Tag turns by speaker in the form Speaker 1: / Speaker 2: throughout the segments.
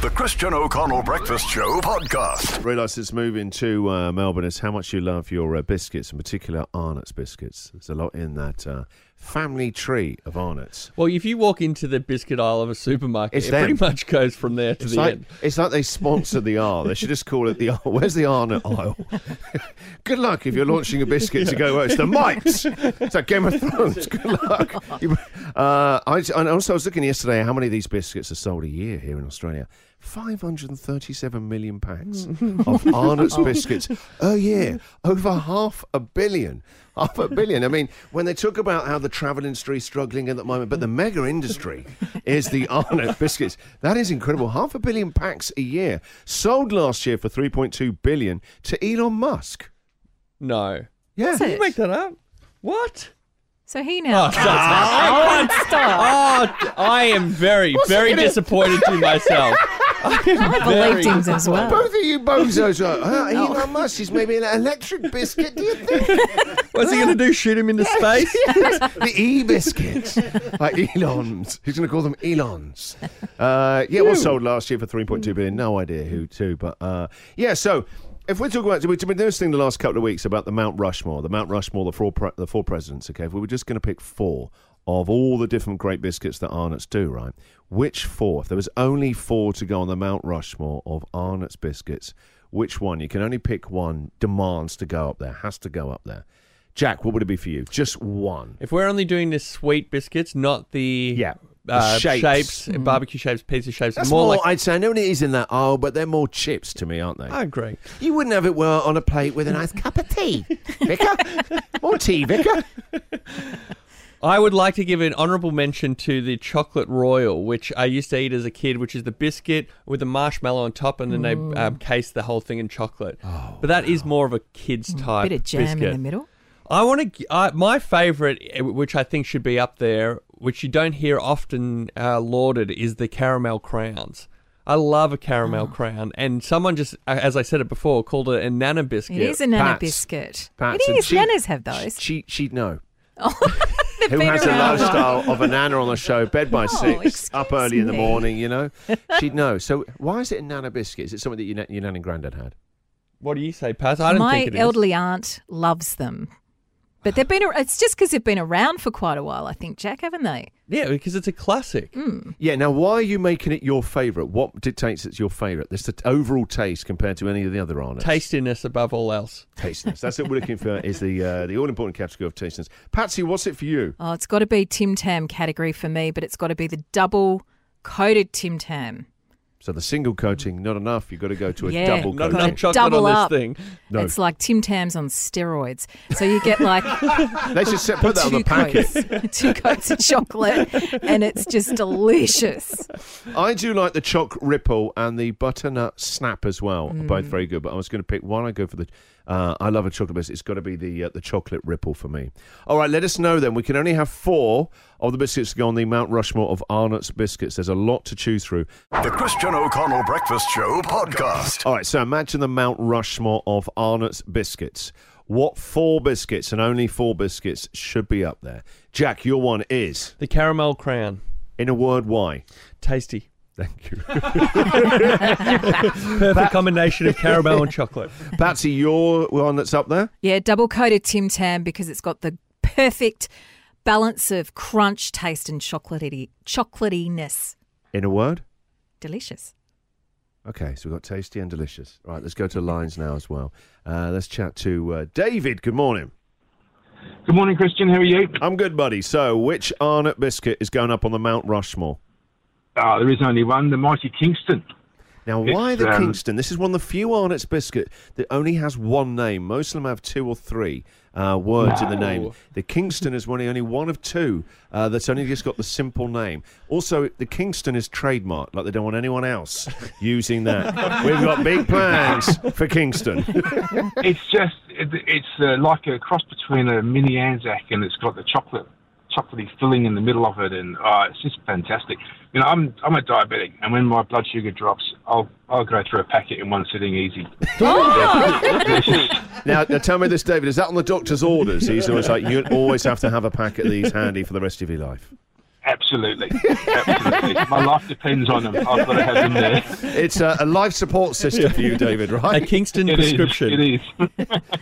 Speaker 1: The Christian O'Connell Breakfast Show podcast.
Speaker 2: Realise since moving to uh, Melbourne is how much you love your uh, biscuits, in particular Arnott's biscuits. There's a lot in that uh, family tree of Arnott's.
Speaker 3: Well, if you walk into the biscuit aisle of a supermarket,
Speaker 2: It's
Speaker 3: it
Speaker 2: them.
Speaker 3: pretty much goes from there to
Speaker 2: It's
Speaker 3: the
Speaker 2: like,
Speaker 3: end.
Speaker 2: it's like they sponsor the R. They should just call it the R. Where's the Arnott aisle? Good luck if you're launching a biscuit to go. Well, it's the mites. It's like Game of Thrones. Good luck. You- Uh, I, and also, I was looking yesterday at how many of these biscuits are sold a year here in Australia. 537 million packs of Arnott's biscuits a year. Over half a billion. Half a billion. I mean, when they talk about how the travel industry is struggling at the moment, but the mega industry is the Arnott biscuits. That is incredible. Half a billion packs a year. Sold last year for 3.2 billion to Elon Musk.
Speaker 3: No.
Speaker 2: Yeah.
Speaker 3: Did you make that up? What?
Speaker 4: So he
Speaker 3: Oh,
Speaker 4: now.
Speaker 3: shut
Speaker 2: Ah.
Speaker 3: up.
Speaker 4: Stop.
Speaker 3: Oh, d- I am very, very disappointed in myself. I am very-
Speaker 4: Believed him as well.
Speaker 2: Both of you bozos are. Uh, Elon Musk is maybe an electric biscuit, do you think?
Speaker 3: What's he going to do? Shoot him into space?
Speaker 2: the e biscuits. like Elons. He's going to call them Elons. Uh, yeah, it was sold last year for 3.2 billion. No idea who to, but uh, yeah, so. If we're talking about, we've been doing this thing the last couple of weeks about the Mount Rushmore, the Mount Rushmore, the four, pre- the four presidents, okay? If we were just going to pick four of all the different great biscuits that Arnott's do, right? Which four? If there was only four to go on the Mount Rushmore of Arnott's biscuits, which one? You can only pick one, demands to go up there, has to go up there. Jack, what would it be for you? Just one.
Speaker 3: If we're only doing the sweet biscuits, not the
Speaker 2: Yeah, the
Speaker 3: uh,
Speaker 2: shapes. Mm-hmm.
Speaker 3: shapes, barbecue shapes, pizza shapes,
Speaker 2: That's
Speaker 3: more
Speaker 2: more,
Speaker 3: like.
Speaker 2: I'd say. I know what it is in that aisle, but they're more chips to me, aren't they?
Speaker 4: Oh.
Speaker 3: I agree.
Speaker 2: You wouldn't have it well on a plate with a nice cup of tea, Vicar. More tea, Vicar.
Speaker 3: I would like to give an honourable mention to the chocolate royal, which I used to eat as a kid, which is the biscuit with the marshmallow on top, and then
Speaker 4: Mm.
Speaker 3: they um, case the whole thing in chocolate. but that is more of a kids type
Speaker 4: Mm. Bit of jam
Speaker 3: biscuit.
Speaker 4: in the middle.
Speaker 3: I want to. I my favourite, eh, which I think should be up there, which you don't hear often uh, lauded, is the caramel crowns. I love a
Speaker 4: Oh.
Speaker 3: caramel crown, and someone just, uh, as I said it before, called it a nana biscuit.
Speaker 4: It is a nana
Speaker 2: Pats.
Speaker 4: biscuit.
Speaker 2: Pats
Speaker 4: it
Speaker 2: and
Speaker 4: is.
Speaker 2: she-
Speaker 4: Nanas have those.
Speaker 2: She, she'd know.
Speaker 4: They've
Speaker 2: Who
Speaker 4: been
Speaker 2: has the
Speaker 4: around a while.
Speaker 2: lifestyle of a nana on the show, bed by six,
Speaker 4: Oh, excuse
Speaker 2: up early in the
Speaker 4: me.
Speaker 2: morning, you know? She'd know. So why is it a nana biscuit? Is it something that your, na- your nan and granddad had?
Speaker 3: What do you say, Paz? I don't
Speaker 4: My
Speaker 3: think it is.
Speaker 4: elderly aunt loves them. But they've been. ar- It's just because they've been around for quite a while, I think, Jack, haven't they?
Speaker 3: Yeah, because it's a classic.
Speaker 4: Mm.
Speaker 2: Yeah, now why are you making it your favourite? What dictates it's your favourite? This the t- overall taste compared to any of the other Arnott's.
Speaker 3: Tastiness above all else.
Speaker 2: Tastiness. That's what we're looking for, is the uh, the all important category of tastiness. Patsy, what's it for you?
Speaker 4: Oh, it's got to be Tim Tam category for me, but it's got to be the double coated Tim Tam.
Speaker 2: So the single coating, not enough. You've got to go to a
Speaker 4: Yeah.
Speaker 2: double
Speaker 3: Not
Speaker 2: coating.
Speaker 3: enough chocolate
Speaker 4: Double
Speaker 3: on
Speaker 4: up.
Speaker 3: this thing.
Speaker 2: No.
Speaker 4: It's like Tim Tams on steroids. So you get like
Speaker 2: They should set, put that on
Speaker 4: two
Speaker 2: the packet.
Speaker 4: coats, two coats of chocolate, and it's just delicious.
Speaker 2: I do like the choc ripple and the butternut snap as well.
Speaker 4: Mm.
Speaker 2: Are Both very good, but I was going to pick one. I go for the. Uh, I love a chocolate biscuit. It's got to be the uh, the chocolate ripple for me. All right, let us know then. We can only have four of the biscuits to go on the Mount Rushmore of Arnott's biscuits. There's a lot to choose through.
Speaker 1: The Christian O'Connell Breakfast Show podcast.
Speaker 2: All right, so imagine the Mount Rushmore of Arnott's biscuits. What four biscuits and only four biscuits should be up there? Jack, your one is.
Speaker 3: The caramel crown.
Speaker 2: In a word, why?
Speaker 3: Tasty.
Speaker 2: Thank you.
Speaker 3: Perfect combination of caramel and chocolate.
Speaker 2: Patsy, your one that's up there?
Speaker 4: Yeah, double coated Tim Tam because it's got the perfect balance of crunch, taste, and chocolatey chocolatiness.
Speaker 2: In a word?
Speaker 4: Delicious.
Speaker 2: Okay, so we've got tasty and delicious. Right, let's go to lines now as well. Uh, let's chat to uh, David. Good morning.
Speaker 5: Good morning, Christian. How are you?
Speaker 2: I'm good, buddy. So, which Arnott biscuit is going up on the Mount Rushmore?
Speaker 5: Ah, there is only one, the mighty Kingston.
Speaker 2: Now, why
Speaker 5: It's,
Speaker 2: the
Speaker 5: um,
Speaker 2: Kingston? This is one of the few Arnott's biscuit that only has one name. Most of them have two or three uh, words in the name.
Speaker 3: No.
Speaker 2: The Kingston is one only one of two uh, that's only just got the simple name. Also, the Kingston is trademarked. Like they don't want anyone else using that. We've got big plans for Kingston.
Speaker 5: It's just, it, it's uh, like a cross between a mini Anzac and it's got the chocolate, chocolatey filling in the middle of it, and uh, it's just fantastic. You know, I'm I'm a diabetic, and when my blood sugar drops, I'll I'll go through a packet in one sitting, easy.
Speaker 2: Now, now, tell me this, David. Is that on the doctor's orders? He's always like, you always have to have a pack of these handy for the rest of your life.
Speaker 5: Absolutely, absolutely. My life depends on them. I've got to have them there.
Speaker 2: It's a, a life support system for you, David,
Speaker 3: A
Speaker 2: right?
Speaker 3: Kingston
Speaker 5: It is.
Speaker 3: prescription.
Speaker 5: It is.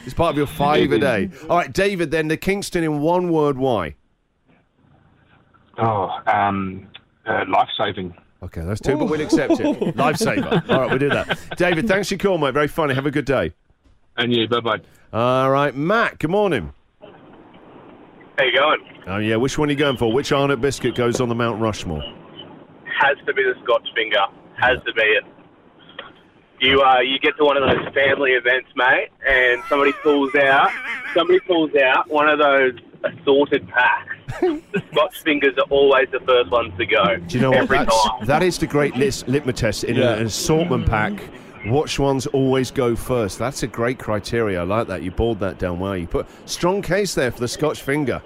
Speaker 2: It's part of your five a day. All right, David, then the Kingston in one word, why?
Speaker 5: Oh, um, uh, life saving.
Speaker 2: Okay, that's two, but we'll accept it. Lifesaver. All right, we'll do that. David, thanks for your call, mate. Very funny. Have a good day.
Speaker 5: And yeah, bye bye.
Speaker 2: All right, Matt, good morning.
Speaker 6: How you going?
Speaker 2: Oh, yeah, which one are you going for? Which Arnott biscuit goes on the Mount Rushmore?
Speaker 6: Has to be the Scotch finger. Has to be it. You uh, you get to one of those family events, mate, and somebody pulls out somebody pulls out one of those assorted packs. the Scotch fingers are always the first ones to go.
Speaker 2: Do you know what?
Speaker 6: Every
Speaker 2: That's,
Speaker 6: time.
Speaker 2: that is the great list, litmus test in
Speaker 3: Yeah.
Speaker 2: an assortment pack. Which ones always go first? That's a great criteria. I like that. You boiled that down well. You put strong case there for the Scotch finger.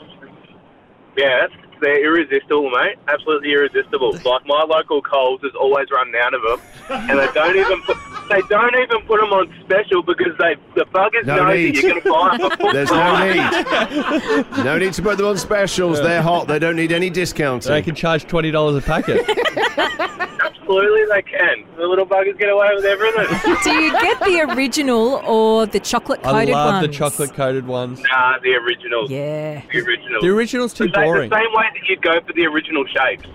Speaker 6: Yeah, that's, they're irresistible, mate. Absolutely irresistible. Like my local Coles is always running out of them, and they don't even put they don't even put them on special because they the buggers
Speaker 2: No
Speaker 6: know
Speaker 2: need.
Speaker 6: that you're going to buy them. before
Speaker 2: There's no need. No need to put them on specials. They're hot. They don't need any discounting.
Speaker 3: They can charge twenty dollars a packet.
Speaker 6: Absolutely, they can. The little buggers get away with everything.
Speaker 4: Do you get the original or the chocolate
Speaker 3: I
Speaker 4: coated
Speaker 3: love
Speaker 4: ones?
Speaker 3: the chocolate coated ones.
Speaker 6: nah, the originals.
Speaker 4: Yeah.
Speaker 6: The originals.
Speaker 3: The original's too
Speaker 6: the same,
Speaker 3: boring.
Speaker 6: The same way that you go for the original shapes.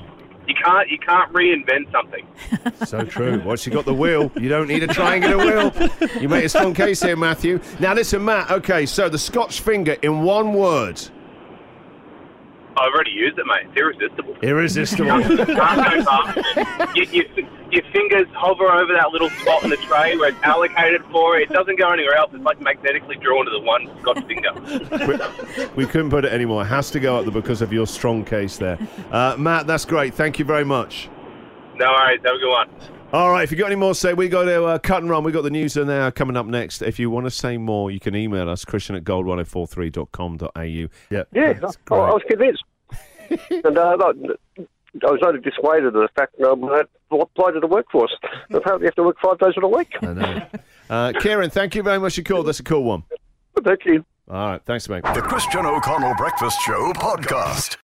Speaker 6: You can't. You can't reinvent something.
Speaker 2: So true. Once you got the wheel, you don't need a triangular wheel. You make a strong case here, Matthew. Now listen, Matt. Okay, so the Scotch finger in one word,
Speaker 6: I've already used it, mate. It's irresistible.
Speaker 2: irresistible.
Speaker 6: Can't go past it. You- you- your fingers hover over that little spot in the tray where it's allocated for. It doesn't go anywhere else. It's like magnetically drawn to the one Scotch finger.
Speaker 2: we, we couldn't put it anymore. It has to go up there because of your strong case there. Uh, Matt, that's great. Thank you very much.
Speaker 6: No worries. Have a good one.
Speaker 2: All right, if you've got any more, say we go to uh, cut and run. We've got the news and hour coming up next. If you want to say more, you can email us, christian at gold1043.com.au. Yeah, yeah
Speaker 7: Yeah,
Speaker 2: that's
Speaker 7: I,
Speaker 2: great.
Speaker 7: I was convinced. and uh, I, I was only dissuaded at the fact that um, I applied to the workforce. Apparently, you have to work five days in a week.
Speaker 2: I know. Uh, Kieran, thank you very much for your call. That's a cool one.
Speaker 7: Thank you.
Speaker 2: All right, thanks, mate.
Speaker 1: The Christian O'Connell Breakfast Show podcast.